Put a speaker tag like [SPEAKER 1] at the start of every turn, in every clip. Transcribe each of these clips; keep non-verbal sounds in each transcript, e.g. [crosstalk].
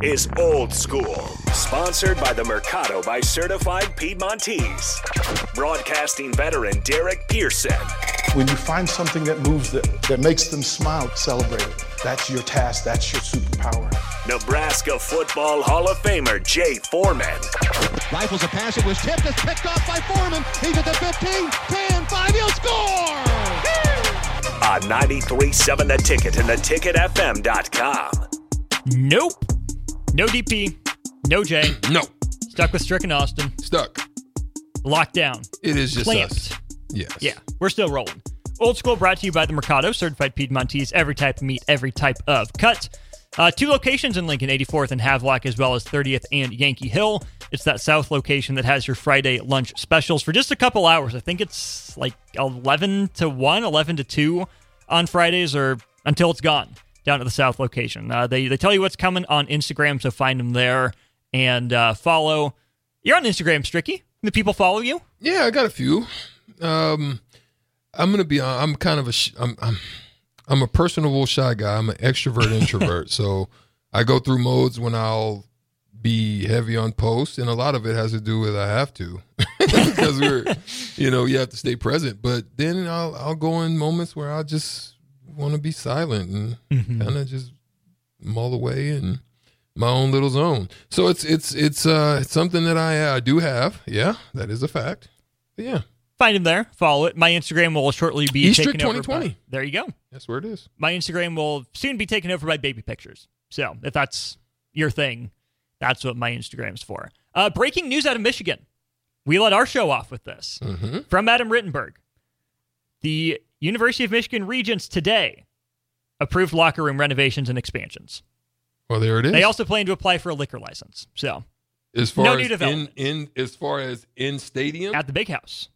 [SPEAKER 1] is Old School, sponsored by the Mercado by Certified Piedmontese. Broadcasting veteran Derek Pearson.
[SPEAKER 2] When you find something that moves them, that makes them smile, celebrate it. That's your task, that's your superpower.
[SPEAKER 1] Nebraska Football Hall of Famer Jay Foreman.
[SPEAKER 3] Rifles a pass, it was tipped, it's picked off by Foreman. He's at the 15, 10, 5, he'll score!
[SPEAKER 1] On 93.7 The Ticket and theticketfm.com.
[SPEAKER 4] Nope. No DP. No J.
[SPEAKER 5] No,
[SPEAKER 4] Stuck with Strick and Austin.
[SPEAKER 5] stuck.
[SPEAKER 4] Locked down.
[SPEAKER 5] It is just
[SPEAKER 4] Clamped.
[SPEAKER 5] us. Yes.
[SPEAKER 4] Yeah, we're still rolling. Old School brought to you by the Mercado, certified Piedmontese, every type of meat, every type of cut. Uh, two locations in Lincoln, 84th and Havelock, as well as 30th and Yankee Hill. It's that south location that has your Friday lunch specials for just a couple hours. I think it's like 11 to 1, 11 to 2 on Fridays or until it's gone down at the south location. Uh, they, they tell you what's coming on Instagram, so find them there and uh, follow. You're on Instagram, Stricky. The people follow you.
[SPEAKER 5] Yeah, I got a few. Um, I'm gonna be. hon- I'm kind of a. sh- I'm. I'm, I'm a personable shy guy. I'm an extrovert introvert. so I go through modes when I'll be heavy on post, and a lot of it has to do with I have to [laughs] because we're, you know, you have to stay present. But then I'll I'll go in moments where I just want to be silent and kind of just mull away and my own little zone. So it's it's it's uh it's something that I I do have. Yeah, that is a fact. But yeah.
[SPEAKER 4] find him there. Follow it. My Instagram will shortly be
[SPEAKER 5] Easter
[SPEAKER 4] taken over.
[SPEAKER 5] 2020.
[SPEAKER 4] by- there you go.
[SPEAKER 5] That's where it is.
[SPEAKER 4] My Instagram will soon be taken over by baby pictures. So if that's your thing, that's what my Instagram's for. Uh, breaking news out of Michigan. We let our show off with this
[SPEAKER 5] Mm-hmm.
[SPEAKER 4] from Adam Rittenberg. The University of Michigan Regents today approved locker room renovations and expansions.
[SPEAKER 5] Well, there it is.
[SPEAKER 4] They also plan to apply for a liquor license. So
[SPEAKER 5] as far
[SPEAKER 4] no
[SPEAKER 5] as
[SPEAKER 4] new
[SPEAKER 5] in,
[SPEAKER 4] development.
[SPEAKER 5] in as far as in stadium.
[SPEAKER 4] at the big house,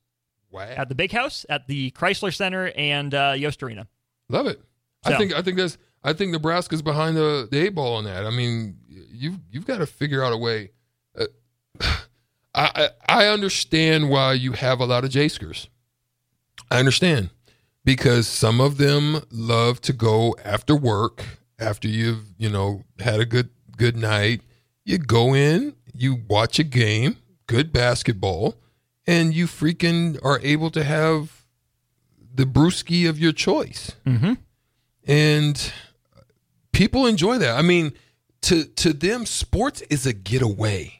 [SPEAKER 5] wow,
[SPEAKER 4] at the big house, at the Chrysler Center, and uh, Yost Arena.
[SPEAKER 5] love it.
[SPEAKER 4] So-
[SPEAKER 5] I think I think that's I think Nebraska's behind the, the eight ball on that. I mean, you you've got to figure out a way. Uh, [sighs] I, I I understand why you have a lot of Jaskers. I understand because some of them love to go after work after you've you know had a good good night you go in you watch a game good basketball and you freaking are able to have the brewski of your choice and people enjoy that i mean to to them sports is a getaway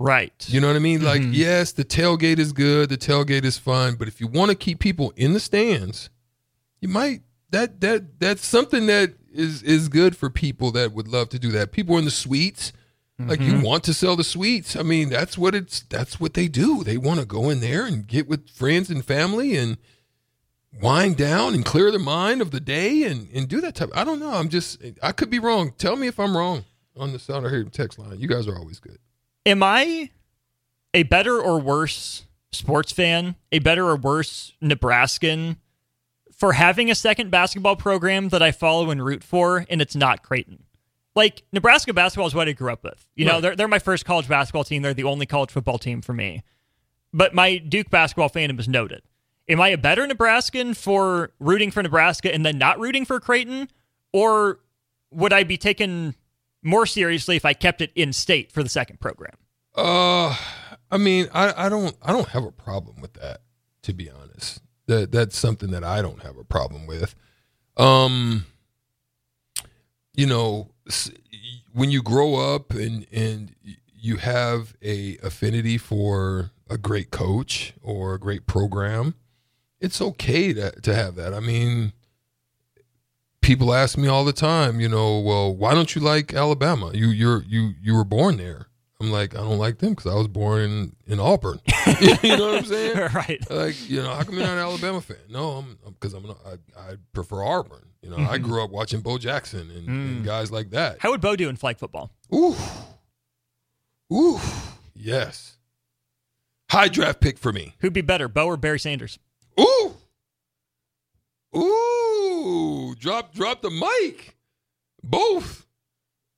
[SPEAKER 4] Right.
[SPEAKER 5] you know what I mean? Like, yes, the tailgate is good, the tailgate is fun, but if you want to keep people in the stands, you might that that that's something that is is good for people that would love to do that. People in the suites, like you want to sell the suites. I mean, that's what it's that's what they do. They want to go in there and get with friends and family and wind down and clear their mind of the day and and do that type. I don't know. I'm just I could be wrong. Tell me if I'm wrong on the sound here text line. You guys are always good.
[SPEAKER 4] am I a better or worse sports fan, a better or worse Nebraskan for having a second basketball program that I follow and root for, and it's not Creighton? Like Nebraska basketball is what I grew up with. You know,
[SPEAKER 5] Right.
[SPEAKER 4] they're they're my first college basketball team. They're the only college football team for me. But my Duke basketball fandom is noted. Am I a better Nebraskan for rooting for Nebraska and then not rooting for Creighton, or would I be taken more seriously if I kept it in state for the second program?
[SPEAKER 5] Uh, I mean, I, I don't I don't have a problem with that. To be honest, that that's something that I don't have a problem with. Um, you know, s- when you grow up and and you have a affinity for a great coach or a great program, it's okay to to have that. I mean, people ask me all the time, you know, well, why don't you like Alabama? You you're you you were born there. I'm like, I don't like them because I was born in, in Auburn. [laughs] you know what I'm saying?
[SPEAKER 4] [laughs] right.
[SPEAKER 5] Like, you know, how come you're not an Alabama fan? No, I'm because I'm, 'cause I'm an, I, I prefer Auburn. You know, I grew up watching Bo Jackson and, and guys like that.
[SPEAKER 4] How would Bo do in flag football?
[SPEAKER 5] Ooh, ooh, yes. High draft pick for me.
[SPEAKER 4] Who'd be better, Bo or Barry Sanders?
[SPEAKER 5] Ooh. Ooh. Drop drop the mic. Both.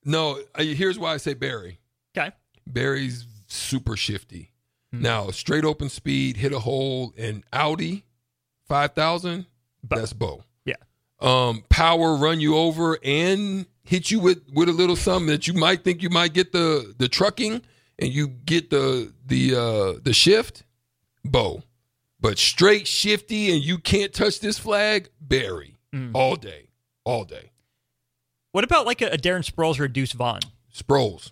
[SPEAKER 5] No, I, here's why I say Barry.
[SPEAKER 4] Okay.
[SPEAKER 5] Barry's super shifty.
[SPEAKER 4] Hmm.
[SPEAKER 5] Now, straight open speed, hit a hole, and Audi 5000,
[SPEAKER 4] Bo.
[SPEAKER 5] that's Bo.
[SPEAKER 4] Yeah.
[SPEAKER 5] Um, power run you over and hit you with, with a little something that you might think you might get the the trucking and you get the the uh the shift, Bo. But straight shifty and you can't touch this flag, Barry.
[SPEAKER 4] Hmm.
[SPEAKER 5] All day. All day.
[SPEAKER 4] What about like a, a Darren Sproles or a Deuce Vaughn?
[SPEAKER 5] Sproles.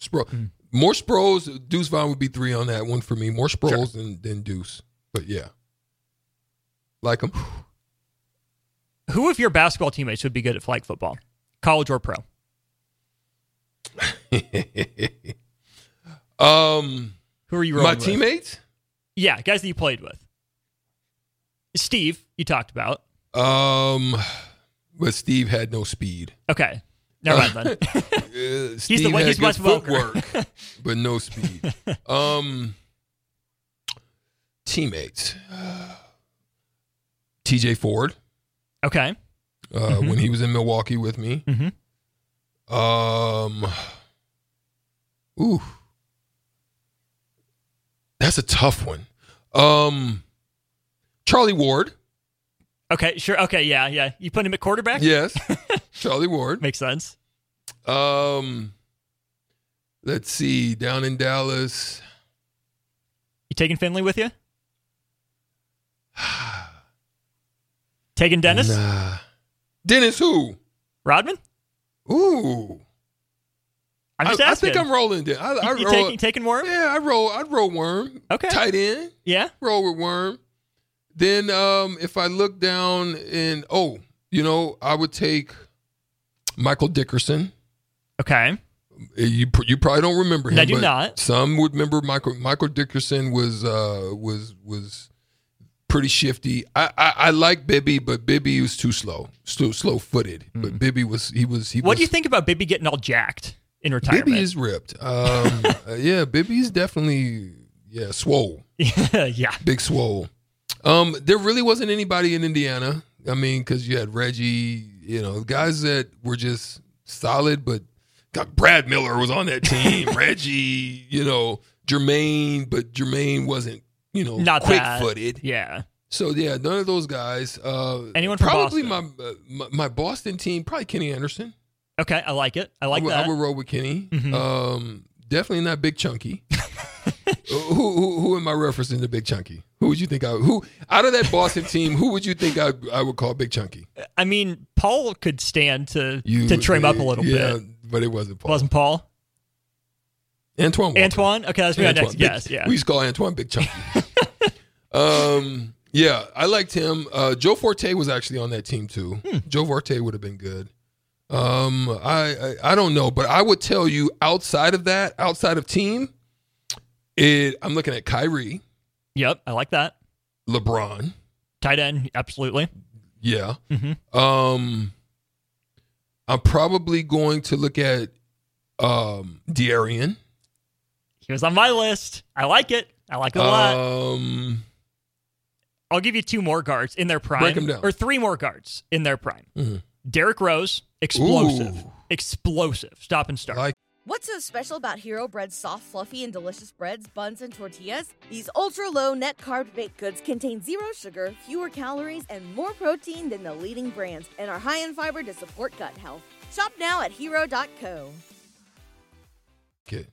[SPEAKER 5] Spro-
[SPEAKER 4] Hmm.
[SPEAKER 5] More Sproles. Deuce Vaughn would be three on that one for me. More Sproles than, than Deuce. But yeah. Like him.
[SPEAKER 4] Who of your basketball teammates would be good at flag football, college or pro?
[SPEAKER 5] [laughs] um,
[SPEAKER 4] Who are you rolling
[SPEAKER 5] my
[SPEAKER 4] with?
[SPEAKER 5] teammates?
[SPEAKER 4] Yeah, guys that you played with. Steve, you talked about.
[SPEAKER 5] Um, but Steve had no
[SPEAKER 4] [laughs]
[SPEAKER 5] speed.
[SPEAKER 4] Okay, never mind
[SPEAKER 5] [laughs]
[SPEAKER 4] then.
[SPEAKER 5] Uh, Steve
[SPEAKER 4] the one-
[SPEAKER 5] had
[SPEAKER 4] he's
[SPEAKER 5] good
[SPEAKER 4] Wes Welker.
[SPEAKER 5] footwork,
[SPEAKER 4] [laughs]
[SPEAKER 5] but no speed. Um, teammates. [sighs] TJ Ford.
[SPEAKER 4] Okay,
[SPEAKER 5] uh, when
[SPEAKER 4] Mm-hmm.
[SPEAKER 5] he was in Milwaukee with me. Um, ooh, that's a tough one. Um, Charlie Ward,
[SPEAKER 4] okay, sure. Okay, yeah, yeah. You put him at quarterback. [laughs]
[SPEAKER 5] yes, Charlie Ward.
[SPEAKER 4] makes sense.
[SPEAKER 5] Um, let's see, down in Dallas,
[SPEAKER 4] You taking Finley
[SPEAKER 5] [sighs]
[SPEAKER 4] with you? taking Dennis
[SPEAKER 5] Nah. Dennis who?
[SPEAKER 4] Rodman?
[SPEAKER 5] Ooh,
[SPEAKER 4] I'm just
[SPEAKER 5] I, I
[SPEAKER 4] asking.
[SPEAKER 5] think I'm rolling. Den- I, I
[SPEAKER 4] you, you
[SPEAKER 5] roll,
[SPEAKER 4] taking taking Worm? Yeah.
[SPEAKER 5] Yeah, I roll. I'd roll Worm.
[SPEAKER 4] Okay.
[SPEAKER 5] tight end. roll with Worm. Then um, if I look down and oh, you know, I would take Michael Dickerson.
[SPEAKER 4] Okay.
[SPEAKER 5] Uh, You pr- you probably don't remember him.
[SPEAKER 4] I do
[SPEAKER 5] but
[SPEAKER 4] not.
[SPEAKER 5] Some would remember Michael Michael Dickerson was uh, was was pretty shifty. I, I, I like Bibby, but Bibby was too slow, slow slow footed. But Bibby was he was he.
[SPEAKER 4] Hmm. What
[SPEAKER 5] was,
[SPEAKER 4] do you think about Bibby getting all jacked in retirement?
[SPEAKER 5] Bibby is ripped. Um, [laughs] uh, yeah, Bibby's definitely yeah swole.
[SPEAKER 4] [laughs] yeah.
[SPEAKER 5] Big Swole. Um, there really wasn't anybody in Indiana. I mean, because you had Reggie, you know, guys that were just solid, but got Brad Miller was on that
[SPEAKER 4] [laughs]
[SPEAKER 5] team. Reggie, you know, Jermaine, but Jermaine wasn't, you know,
[SPEAKER 4] Not
[SPEAKER 5] quick
[SPEAKER 4] that.
[SPEAKER 5] footed.
[SPEAKER 4] Yeah.
[SPEAKER 5] So yeah, none of those guys. Uh,
[SPEAKER 4] Anyone from
[SPEAKER 5] probably
[SPEAKER 4] Boston?
[SPEAKER 5] my, uh, my my Boston team, probably Kenny Anderson.
[SPEAKER 4] Okay, I like it. I like
[SPEAKER 5] I would,
[SPEAKER 4] that. Mm-hmm.
[SPEAKER 5] I would roll with Kenny. Um, definitely not Big Chunky. [laughs] who, who who am I referencing to Big Chunky? Who would you think I who out of that Boston team? Who would you think I I would call Big Chunky?
[SPEAKER 4] I mean, Paul could stand to
[SPEAKER 5] You
[SPEAKER 4] to trim up a little
[SPEAKER 5] yeah,
[SPEAKER 4] bit.
[SPEAKER 5] but it wasn't Paul.
[SPEAKER 4] Wasn't Paul?
[SPEAKER 5] Antoine. Walker.
[SPEAKER 4] Antoine? Okay, that's my
[SPEAKER 5] Antoine,
[SPEAKER 4] next
[SPEAKER 5] Big-
[SPEAKER 4] guess. Yeah.
[SPEAKER 5] we used to call Antoine Big Chunky. [laughs] um, yeah, I liked him. Uh, Joe Forte was actually on that team too.
[SPEAKER 4] Hmm.
[SPEAKER 5] Joe Forte would have been good. Um, I, I I don't know, but I would tell you outside of that, outside of team, it. I'm looking at Kyrie,
[SPEAKER 4] Yep, I like that.
[SPEAKER 5] LeBron.
[SPEAKER 4] Tight end, absolutely.
[SPEAKER 5] Yeah.
[SPEAKER 4] Mm-hmm.
[SPEAKER 5] Um, I'm probably going to look at um De'Arian.
[SPEAKER 4] He was on my list. I like it. I like it a lot.
[SPEAKER 5] Um,
[SPEAKER 4] I'll give you two more guards in their prime.
[SPEAKER 5] Break 'em down. Mm-hmm.
[SPEAKER 4] Or three more guards in their prime. Derek Rose, explosive.
[SPEAKER 5] Ooh.
[SPEAKER 4] Explosive. Stop and start.
[SPEAKER 5] Like-
[SPEAKER 6] What's so special about Hero Bread's soft, fluffy, and delicious breads, buns, and tortillas? These ultra low net carb baked goods contain zero sugar, fewer calories, and more protein than the leading brands, and are high in fiber to support gut health. Shop now at hero.co.
[SPEAKER 5] okay.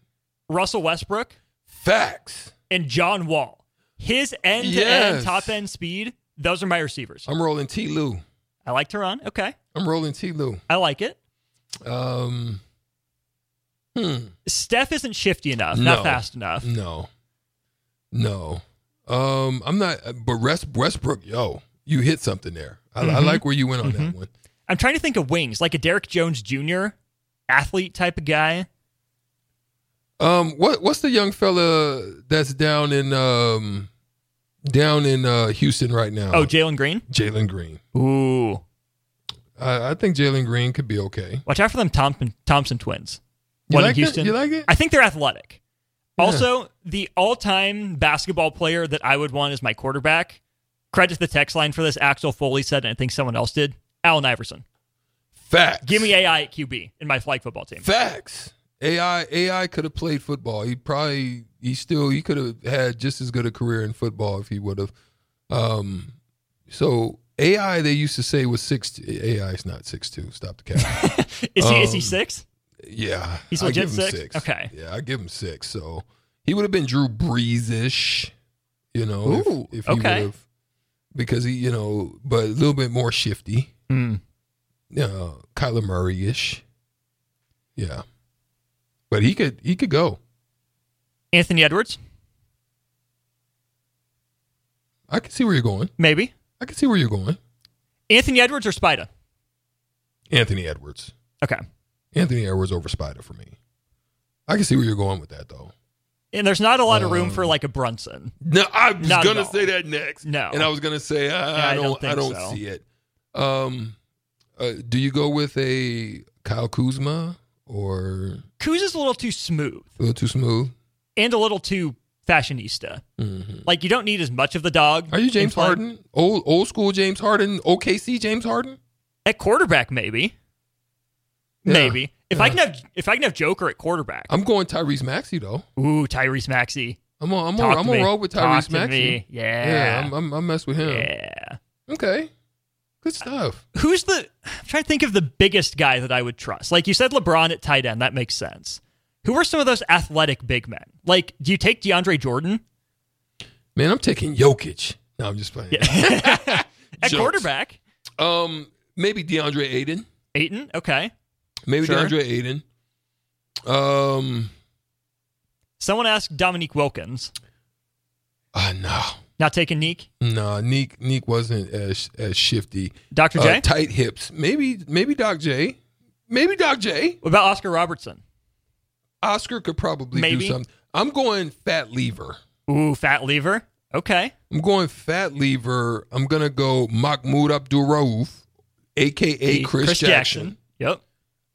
[SPEAKER 4] Russell Westbrook
[SPEAKER 5] Facts.
[SPEAKER 4] and John Wall. His end to
[SPEAKER 5] Yes.
[SPEAKER 4] end, top end speed, those are my receivers.
[SPEAKER 5] I'm rolling T. Lou.
[SPEAKER 4] I like Tehran. Okay.
[SPEAKER 5] I'm rolling T. Lou.
[SPEAKER 4] I like it.
[SPEAKER 5] Um, hmm,
[SPEAKER 4] Steph isn't shifty enough,
[SPEAKER 5] No.
[SPEAKER 4] not fast enough.
[SPEAKER 5] no, no.
[SPEAKER 4] Mm-hmm.
[SPEAKER 5] Um, I'm not. But West, Westbrook, yo, you hit something there. I, I like where you went on that one.
[SPEAKER 4] I'm trying to think of wings, like a Derek Jones Jr. athlete type of guy.
[SPEAKER 5] Um, what what's the young fella that's down in um down in uh Houston right now?
[SPEAKER 4] Oh, Jalen Green.
[SPEAKER 5] Jalen Green.
[SPEAKER 4] Ooh,
[SPEAKER 5] I, I think Jalen Green could be okay.
[SPEAKER 4] watch out for them Thompson Thompson twins.
[SPEAKER 5] You
[SPEAKER 4] One
[SPEAKER 5] like it?
[SPEAKER 4] in Houston.
[SPEAKER 5] You like it?
[SPEAKER 4] I think they're athletic. Also, the all-time basketball player that I would want as my quarterback. Credit to the text line for this. Axel Foley said, and I think someone else did. Allen Iverson.
[SPEAKER 5] Facts.
[SPEAKER 4] Give me AI at QB in my flag football team.
[SPEAKER 5] facts. AI AI could have played football. He probably he still he could have had just as good a career in football if he would have. Um, so AI they used to say was six. AI is not six two. Stop the
[SPEAKER 4] [laughs]
[SPEAKER 5] cap.
[SPEAKER 4] Is he is he
[SPEAKER 5] Um,
[SPEAKER 4] six?
[SPEAKER 5] Yeah,
[SPEAKER 4] He's
[SPEAKER 5] I
[SPEAKER 4] legit
[SPEAKER 5] give him
[SPEAKER 4] six? Okay.
[SPEAKER 5] Yeah, I give him six. So he would have been Drew Brees ish, you know, if-
[SPEAKER 4] Ooh,
[SPEAKER 5] if, he
[SPEAKER 4] okay.
[SPEAKER 5] would have, because he, you know, but a little bit more shifty,
[SPEAKER 4] Mm.
[SPEAKER 5] uh, Kyler Murray ish. Yeah, but he could he could go.
[SPEAKER 4] Anthony Edwards,
[SPEAKER 5] I can see where you're going.
[SPEAKER 4] maybe.
[SPEAKER 5] I can see where you're going.
[SPEAKER 4] Anthony Edwards or Spida.
[SPEAKER 5] Anthony Edwards.
[SPEAKER 4] Okay.
[SPEAKER 5] Anthony Edwards over Spider for me. I can see where you're going with that though.
[SPEAKER 4] And there's not a lot of room
[SPEAKER 5] Um,
[SPEAKER 4] for like a Brunson.
[SPEAKER 5] No, I was
[SPEAKER 4] Not at
[SPEAKER 5] gonna
[SPEAKER 4] all.
[SPEAKER 5] say that next.
[SPEAKER 4] No.
[SPEAKER 5] and I was gonna say I,
[SPEAKER 4] Yeah,
[SPEAKER 5] I don't. I don't,
[SPEAKER 4] think so.
[SPEAKER 5] see it. Um, uh, do you go with a Kyle Kuzma or
[SPEAKER 4] Kuz is a little too smooth
[SPEAKER 5] a little too smooth?
[SPEAKER 4] and a little too fashionista. Like you don't need as much of the dog.
[SPEAKER 5] Mm-hmm. Are you James
[SPEAKER 4] in play.
[SPEAKER 5] Harden? Old old school James Harden? OKC James Harden?
[SPEAKER 4] at quarterback? Maybe.
[SPEAKER 5] Yeah.
[SPEAKER 4] Maybe. If I can have if I can have Joker at quarterback.
[SPEAKER 5] I'm going Tyrese Maxey though.
[SPEAKER 4] Ooh, Tyrese Maxey.
[SPEAKER 5] I'm on. I'm
[SPEAKER 4] Talk
[SPEAKER 5] on. I'm
[SPEAKER 4] to
[SPEAKER 5] on
[SPEAKER 4] me.
[SPEAKER 5] roll with
[SPEAKER 4] Talk
[SPEAKER 5] Tyrese
[SPEAKER 4] to
[SPEAKER 5] Maxey.
[SPEAKER 4] me. Yeah.
[SPEAKER 5] I'm, I'm. I mess with him.
[SPEAKER 4] Yeah.
[SPEAKER 5] Okay. Good stuff.
[SPEAKER 4] Who's the I'm trying to think of the biggest guy that I would trust. Like you said LeBron at tight end, that makes sense. Who are some of those athletic big men? Like, do you take DeAndre Jordan? [laughs]
[SPEAKER 5] Man, I'm taking Jokic. No, I'm just playing.
[SPEAKER 4] At
[SPEAKER 5] Jokes.
[SPEAKER 4] quarterback,
[SPEAKER 5] [laughs] Um, maybe DeAndre Aiden.
[SPEAKER 4] Ayton. Okay.
[SPEAKER 5] Maybe
[SPEAKER 4] Sure.
[SPEAKER 5] DeAndre Aiden. Um,
[SPEAKER 4] Someone asked Dominique Wilkins.
[SPEAKER 5] uh, no,
[SPEAKER 4] Not taking Neek.
[SPEAKER 5] no, Neek Neek wasn't as as shifty.
[SPEAKER 4] Dr.
[SPEAKER 5] Uh,
[SPEAKER 4] J.
[SPEAKER 5] tight hips. Maybe maybe Doc J. Maybe Doc J.
[SPEAKER 4] what about Oscar Robertson?
[SPEAKER 5] Oscar could probably
[SPEAKER 4] Maybe.
[SPEAKER 5] do something. I'm going Fat Lever.
[SPEAKER 4] Ooh, Fat Lever. Okay.
[SPEAKER 5] I'm going Fat Lever. I'm gonna go Mahmoud Abdul Rauf, aka Chris, Jackson.
[SPEAKER 4] Yep.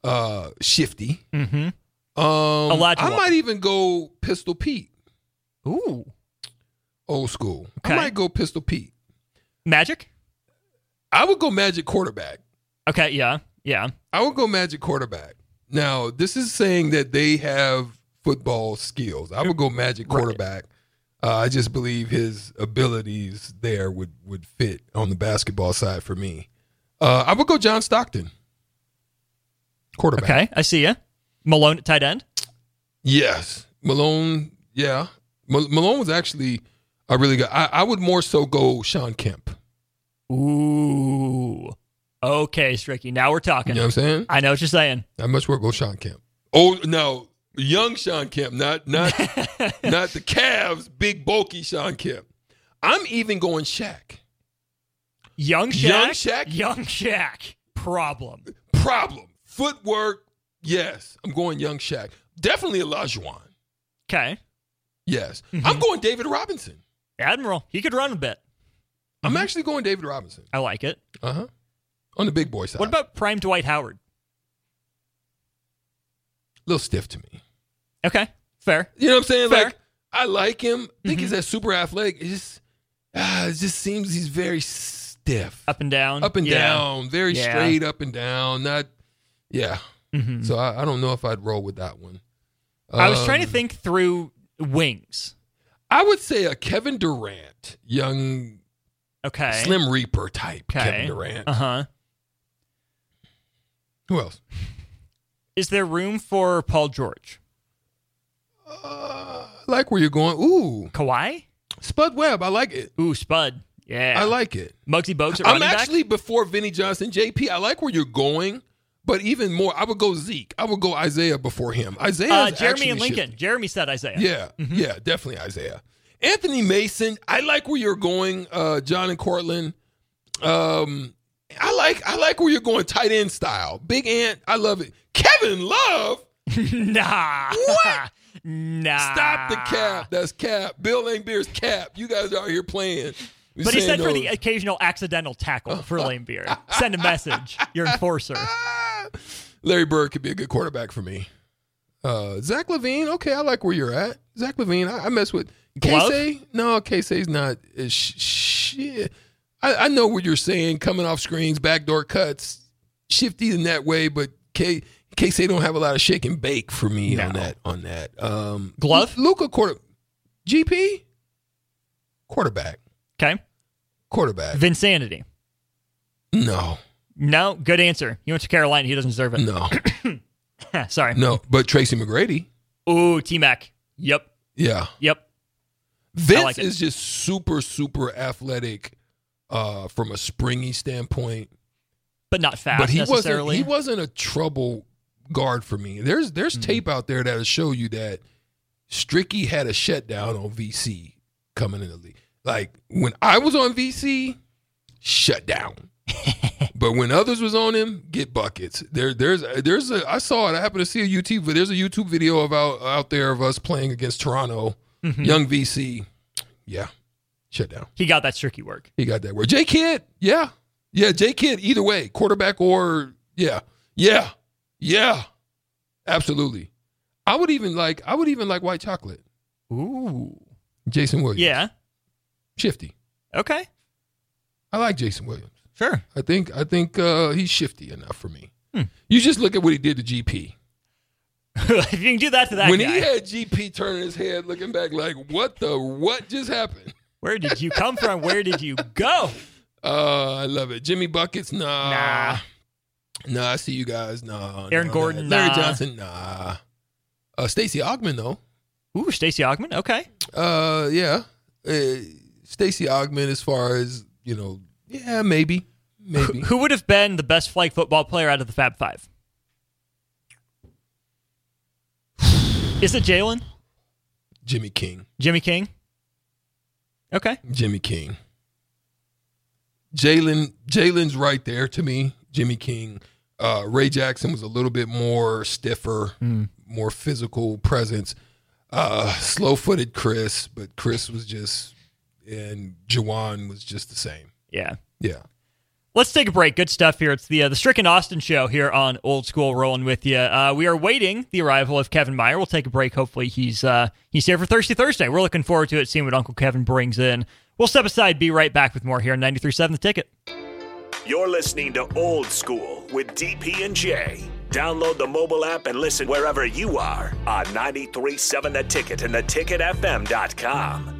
[SPEAKER 5] Uh, shifty.
[SPEAKER 4] Mm-hmm.
[SPEAKER 5] Um,
[SPEAKER 4] Olajuwon.
[SPEAKER 5] I might even go Pistol Pete.
[SPEAKER 4] Ooh.
[SPEAKER 5] Old school.
[SPEAKER 4] Okay.
[SPEAKER 5] I might go Pistol Pete.
[SPEAKER 4] Magic.
[SPEAKER 5] I would go Magic quarterback.
[SPEAKER 4] Okay. Yeah. Yeah.
[SPEAKER 5] I would go Magic quarterback. Now, this is saying that they have football skills. I would go Magic
[SPEAKER 4] Right.
[SPEAKER 5] quarterback. Uh, I just believe his abilities there would would fit on the basketball side for me. Uh, I would go John Stockton, quarterback.
[SPEAKER 4] Okay. I see you. Malone at tight end.
[SPEAKER 5] Yes, Malone. Yeah, Mal- Malone was actually a really good. I, I would more so go Sean Kemp.
[SPEAKER 4] Ooh. Okay, Stricky. Now we're
[SPEAKER 5] You
[SPEAKER 4] talking.
[SPEAKER 5] know what I'm saying?
[SPEAKER 4] I know what you're saying.
[SPEAKER 5] I much work go Sean Kemp. Oh no, young Sean Kemp, not
[SPEAKER 4] [laughs]
[SPEAKER 5] not not the Cavs, big bulky Sean Kemp. I'm even going Shaq.
[SPEAKER 4] Young Shaq.
[SPEAKER 5] Young Shaq?
[SPEAKER 4] Young Shaq. Problem.
[SPEAKER 5] Problem. Footwork, yes. I'm going young Shaq. Definitely Olajuwon.
[SPEAKER 4] Okay.
[SPEAKER 5] Yes.
[SPEAKER 4] Mm-hmm.
[SPEAKER 5] I'm going David Robinson.
[SPEAKER 4] Admiral. He could run a bit.
[SPEAKER 5] I'm
[SPEAKER 4] Mm-hmm.
[SPEAKER 5] actually going David Robinson.
[SPEAKER 4] I like it.
[SPEAKER 5] Uh-huh. On the big boy side.
[SPEAKER 4] What about prime Dwight Howard?
[SPEAKER 5] a little stiff to me.
[SPEAKER 4] Okay. Fair.
[SPEAKER 5] You know what I'm saying?
[SPEAKER 4] Fair. Mm-hmm.
[SPEAKER 5] Like I like him. I think he's that super athletic. It just ah, it just seems he's very stiff.
[SPEAKER 4] Up and down.
[SPEAKER 5] up and
[SPEAKER 4] Yeah.
[SPEAKER 5] down, very
[SPEAKER 4] Yeah.
[SPEAKER 5] straight up and down. Not, yeah.
[SPEAKER 4] Mhm.
[SPEAKER 5] So I, I don't know if I'd roll with that one.
[SPEAKER 4] I was trying to
[SPEAKER 5] Um,
[SPEAKER 4] think through wings.
[SPEAKER 5] I would say a Kevin Durant, young
[SPEAKER 4] Okay.
[SPEAKER 5] Slim Reaper type
[SPEAKER 4] Okay.
[SPEAKER 5] Kevin Durant.
[SPEAKER 4] Uh huh.
[SPEAKER 5] Who else?
[SPEAKER 4] Is there room for Paul George?
[SPEAKER 5] Uh, I like where you're going. Ooh,
[SPEAKER 4] Kawhi?
[SPEAKER 5] Spud Webb. I like it.
[SPEAKER 4] Ooh, Spud. Yeah.
[SPEAKER 5] I like it.
[SPEAKER 4] Muggsy Bogues at
[SPEAKER 5] I'm
[SPEAKER 4] running
[SPEAKER 5] actually
[SPEAKER 4] back.
[SPEAKER 5] before Vinny Johnson, JP. I like where you're going, but even more, I would go Zeke. I would go Isaiah before him. Isaiah,
[SPEAKER 4] Uh,
[SPEAKER 5] is
[SPEAKER 4] Jeremy and
[SPEAKER 5] actually
[SPEAKER 4] Lincoln. Mm-hmm.
[SPEAKER 5] shifty.
[SPEAKER 4] Jeremy said Isaiah.
[SPEAKER 5] Yeah, yeah, definitely Isaiah. Anthony Mason, I like where you're going, uh, John and Cortland. Um, I like I like where you're going tight end style. Big Ant, I love it. Kevin Love,
[SPEAKER 4] [laughs] nah.
[SPEAKER 5] What?
[SPEAKER 4] [laughs] Nah.
[SPEAKER 5] stop
[SPEAKER 4] Ah.
[SPEAKER 5] the cap. That's cap. Bill Langbeer's cap. You guys out here playing. We
[SPEAKER 4] But he
[SPEAKER 5] saying
[SPEAKER 4] said for
[SPEAKER 5] those-
[SPEAKER 4] the occasional accidental tackle
[SPEAKER 5] [laughs]
[SPEAKER 4] for Lame Beer. Send a message. Your enforcer.
[SPEAKER 5] Ah, Larry Bird could be a good quarterback for me. Uh, Zach Levine, okay, I like where you're at. Zach Levine, I, I mess with
[SPEAKER 4] Glove?
[SPEAKER 5] Casey. No, Casey's not. uh, sh- Shit, I, I know what you're saying. Coming off screens, backdoor cuts, shifty in that way, but K Casey don't have a lot of shake and bake for me on that. On that, um,
[SPEAKER 4] Glove?
[SPEAKER 5] Luca quarter, GP, quarterback,
[SPEAKER 4] Okay.
[SPEAKER 5] quarterback.
[SPEAKER 4] Vinsanity.
[SPEAKER 5] no,
[SPEAKER 4] No, good answer. He went to Carolina. He doesn't deserve it.
[SPEAKER 5] no,
[SPEAKER 4] [laughs] Sorry.
[SPEAKER 5] no. But Tracy McGrady,
[SPEAKER 4] Ooh, T Mac. Yep.
[SPEAKER 5] yeah.
[SPEAKER 4] Yep.
[SPEAKER 5] Vince
[SPEAKER 4] like it.
[SPEAKER 5] is just super, super athletic uh, from a springy standpoint,
[SPEAKER 4] But not fast
[SPEAKER 5] but he wasn't.
[SPEAKER 4] necessarily.
[SPEAKER 5] He wasn't a trouble guard for me. There's there's
[SPEAKER 4] Hmm.
[SPEAKER 5] tape out there that'll show you that Stricky had a shutdown on VC coming in the league. Like when I was on VC, shut
[SPEAKER 4] [laughs]
[SPEAKER 5] down. but when others was on him, get buckets. There, there's, there's a. I saw it. I happened to see a YouTube. There's a YouTube video of out, out there of us playing against Toronto,
[SPEAKER 4] Mm-hmm.
[SPEAKER 5] young VC. Yeah, shut down.
[SPEAKER 4] he got that tricky work.
[SPEAKER 5] He got that word. J Kidd, yeah. Yeah, J Kidd, either way, quarterback or yeah. Yeah. Yeah. Absolutely. I would even like I would even like white chocolate.
[SPEAKER 4] Ooh.
[SPEAKER 5] Jason Williams.
[SPEAKER 4] Yeah.
[SPEAKER 5] Shifty.
[SPEAKER 4] Okay.
[SPEAKER 5] I like Jason Williams.
[SPEAKER 4] Sure. [laughs]
[SPEAKER 5] I think I think uh he's shifty enough for me.
[SPEAKER 4] Hmm.
[SPEAKER 5] You just look at what he did to GP.
[SPEAKER 4] if you can do that to that
[SPEAKER 5] when
[SPEAKER 4] guy,
[SPEAKER 5] he had GP turning his head looking back like, what the what just happened?
[SPEAKER 4] where did you come from? Where did you go?
[SPEAKER 5] [laughs] Uh I love it. Jimmy Buckets, nah.
[SPEAKER 4] Nah.
[SPEAKER 5] Nah, I see you guys. Nah.
[SPEAKER 4] Aaron
[SPEAKER 5] nah,
[SPEAKER 4] Gordon,
[SPEAKER 5] Larry
[SPEAKER 4] nah.
[SPEAKER 5] Johnson, nah. Uh, Stacy Ogman, though.
[SPEAKER 4] Ooh, Stacy Ogman. Okay.
[SPEAKER 5] Uh, yeah. Uh, Stacy Ogman, as far as, you know, yeah, maybe. Maybe.
[SPEAKER 4] [laughs] Who would have been the best flag football player out of the Fab Five? Is it Jalen?
[SPEAKER 5] Jimmy King.
[SPEAKER 4] Jimmy King? Okay.
[SPEAKER 5] Jimmy King. Jalen Jalen's right there to me. Jimmy King. Uh, Ray Jackson was a little bit more stiffer,
[SPEAKER 4] Hmm.
[SPEAKER 5] more physical presence. Uh, slow footed Chris, but Chris was just and Jawan was just the same.
[SPEAKER 4] Yeah.
[SPEAKER 5] Yeah.
[SPEAKER 4] Let's take a break. Good stuff here. It's the uh, the Stricken Austin show here on Old School Rolling with you. Uh, we are waiting the arrival of Kevin Meyer. We'll take a break. Hopefully he's uh, he's here for Thirsty Thursday. We're looking forward to it. Seeing what Uncle Kevin brings in. We'll step aside. Be right back with more here on 93.7 The Ticket.
[SPEAKER 1] You're listening to Old School with DP and J. Download the mobile app and listen wherever you are on 937 The Ticket and theticketfm.com.